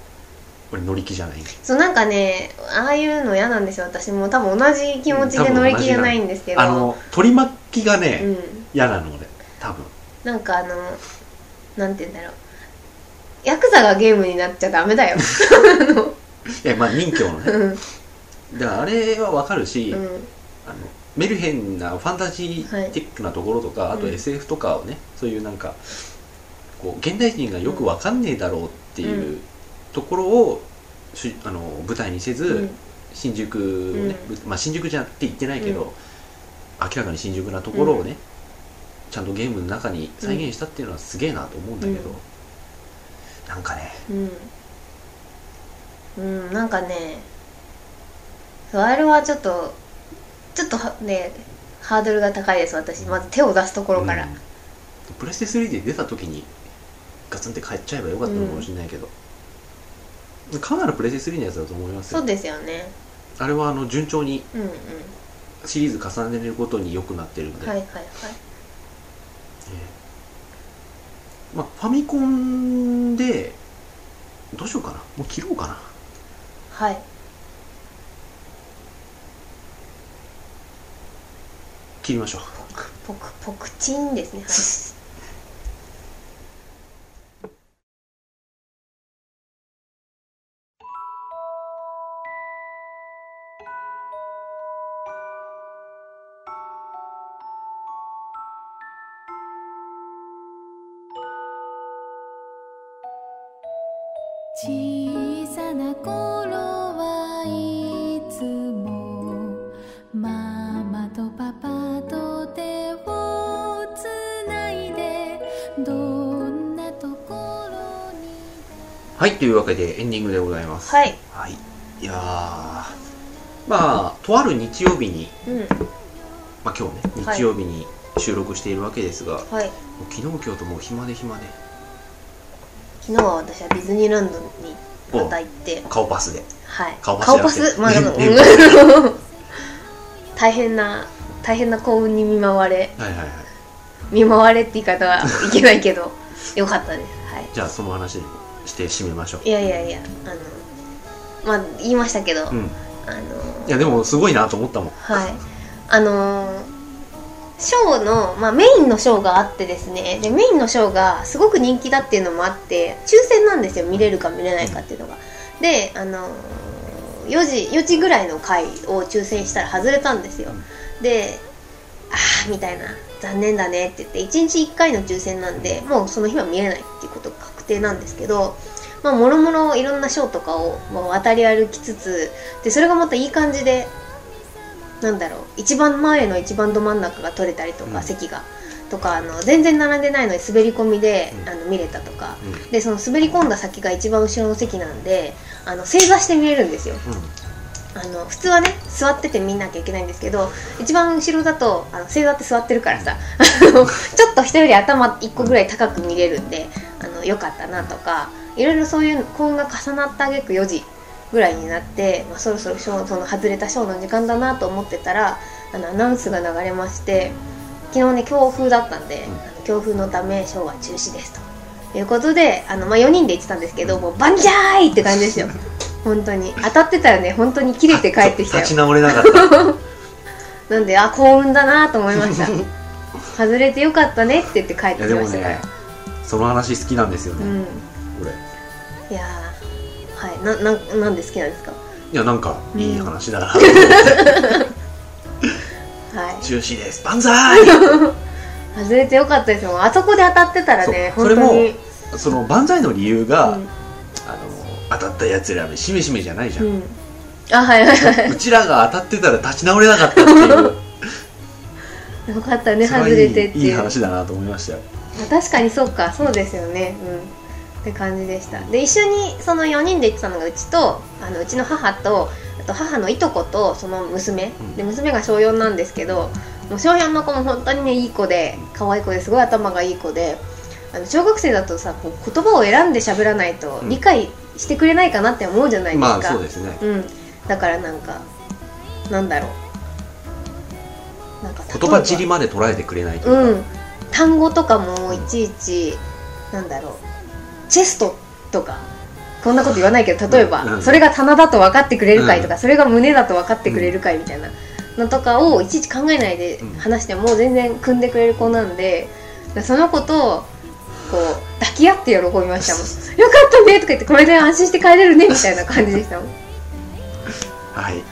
S1: これ乗り気じゃないう
S2: そうなんかねああいうの嫌なんですよ私も多分同じ気持ちで乗り気じゃないんですけど、
S1: あの取り巻きがね、
S2: うん
S1: 嫌なの俺多分
S2: なんかあのなんて言うんだろうヤクザがゲームになっちゃダメ だよ、
S1: いやまあ任侠の ね
S2: うん
S1: だからあれはわかるし、
S2: うん
S1: あのメルヘンなファンタジーティックなところとか、
S2: はい
S1: あと
S2: うん
S1: SF とかをね、そういうなんかこう現代人がよくわかんねえだろうっていううところを、しあの舞台にせず、
S2: うん
S1: 新宿をね、まあ、新宿じゃって言ってないけど、
S2: うん
S1: 明らかに新宿なところをね、ちゃんとゲームの中に再現したっていうのはすげえなと思うんだけど、
S2: うん
S1: なんかね
S2: うん、うん、なんかねそうあれはちょっとちょっとはねハードルが高いです私まず手を出すところから、
S1: うんプレステ3で出た時にガツンって買っちゃえばよかったのかもしれないけど、かなりプレステ3のやつだと思いますよ
S2: そうですよね
S1: あれはあの順調に
S2: うんうん
S1: シリーズ重ねることに良くなってるんで、
S2: はいはい
S1: え
S2: はい
S1: えまあ、ファミコンでどうしようかなもう切ろうかな
S2: はい
S1: 切りましょう
S2: ポクポクチンですねはい
S3: 小さな頃はいつもママと
S1: はい、というわけでエンディングでございます。
S2: はい
S1: はい。いやーまあ、とある日曜日に、
S2: うん
S1: まあ今日ね、
S2: はい
S1: 日曜日に収録しているわけですが、
S2: はい
S1: もう昨日今日ともう暇で暇で、
S2: 昨日は私はディズニーランドにまた行って
S1: 顔パスで。
S2: はい
S1: 顔パス
S2: 顔パスまあ
S1: やってね
S2: うん大変な大変な幸運に見舞われ
S1: はいはいはい。
S2: 見舞われって言い方はいけないけど よかったですはい
S1: じゃあその話して締めましょう。
S2: いやいやいやあのまあ言いましたけど、
S1: うん。
S2: あの
S1: いやでもすごいなと思ったもん。
S2: はいあのショーの、まあ、メインのショーがあってですねでメインのショーがすごく人気だっていうのもあって抽選なんですよ見れるか見れないかっていうのがであの4時4時ぐらいの回を抽選したら外れたんですよでああみたいな残念だねって言って1日1回の抽選なんでもうその日は見れないっていうことが確定なんですけどまあもろもろいろんなショーとかを、まあ渡り歩きつつでそれがまたいい感じでなんだろう一番前の一番ど真ん中が取れたりとか、
S1: うん
S2: 席がとかあの全然並んでないのに滑り込みで、
S1: うん
S2: あの見れたとか
S1: うん。
S2: でその滑り込んだ先が一番後ろの席なんであの正座して見れるんですよ
S1: う
S2: あの普通はね座ってて見なきゃいけないんですけど一番後ろだとあの正座って座ってるからさあの ちょっと人より頭1個ぐらい高く見れるんであのよかったなとかいろいろそういう幸運が重なった挙句4時ぐらいになって、まあ、そろそろショーその外れたショーの時間だなと思ってたらあのアナウンスが流れまして昨日ね強風だったんで、
S1: うん
S2: あの強風のためショーは中止ですということであの、まあ、4人で行ってたんですけどもうバンジャーイって感じですよ。本当に当たってたらね本当に切れ
S1: ん。
S2: て帰ってきたよ
S1: 立ち直 れなかった。
S2: なんであ幸運だなと思いました 外れてよかったねって言って帰っ
S1: い
S2: てき
S1: やで
S2: ま
S1: も
S2: したから
S1: ね、その話好きなんですよ
S2: う
S1: ね。
S2: ん
S1: これ。
S2: いやーはいななんなんで好きなんですか
S1: いやなんかいい話だ な。
S2: はい
S1: 中止です。万 歳。
S2: 外れてよかったですもんあそこで当たってたらね
S1: そう
S2: 本当に
S1: その万歳の理由が、あの当たったやつらめしめしめじゃないじゃ、
S2: うんん、うん、あはいはいは
S1: うちらが当たってたら立ち直れなかったっていう
S2: いよか ったね
S1: それは
S2: 外
S1: いい
S2: れてって
S1: いい
S2: いう
S1: 話だなと思いましたよ、
S2: まあ確かにそうかそうですよねうんって感じでしたで一緒にその4人で行ってたのがうちとあのうちの母とあと母のいとことその娘
S1: うん
S2: で娘が小4なんですけどもう小4の子も本当にねいい子で可愛い子ですごい頭がいい子であの小学生だとさこう言葉を選んで喋らないと
S1: うん
S2: 理解してくれないかなって思うじゃないですか、
S1: まあそうですね
S2: うん、だからなんかなんだろうなんか例えば
S1: 言葉尻まで捉えてくれないというか、
S2: うん、単語とかもいちいち、なんだろうチェストとかこんなこと言わないけど例えば、
S1: うんうん
S2: それが棚だと分かってくれるかいとか、
S1: う
S2: それが胸だと分かってくれるかいみたいなのとかをいちいち考えないで
S1: うん
S2: 話しても全然組んでくれる子なんでその子とこう抱き合って喜びましたもん「よかったね」とか言って「これで安心して帰れるね」みたいな感じでしたもん。は
S1: はい
S2: い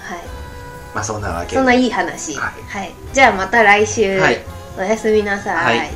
S1: まあそんなわけで
S2: そんないい話、
S1: は
S2: はいいじゃあまた来週、
S1: はい
S2: おやすみなさ
S1: はい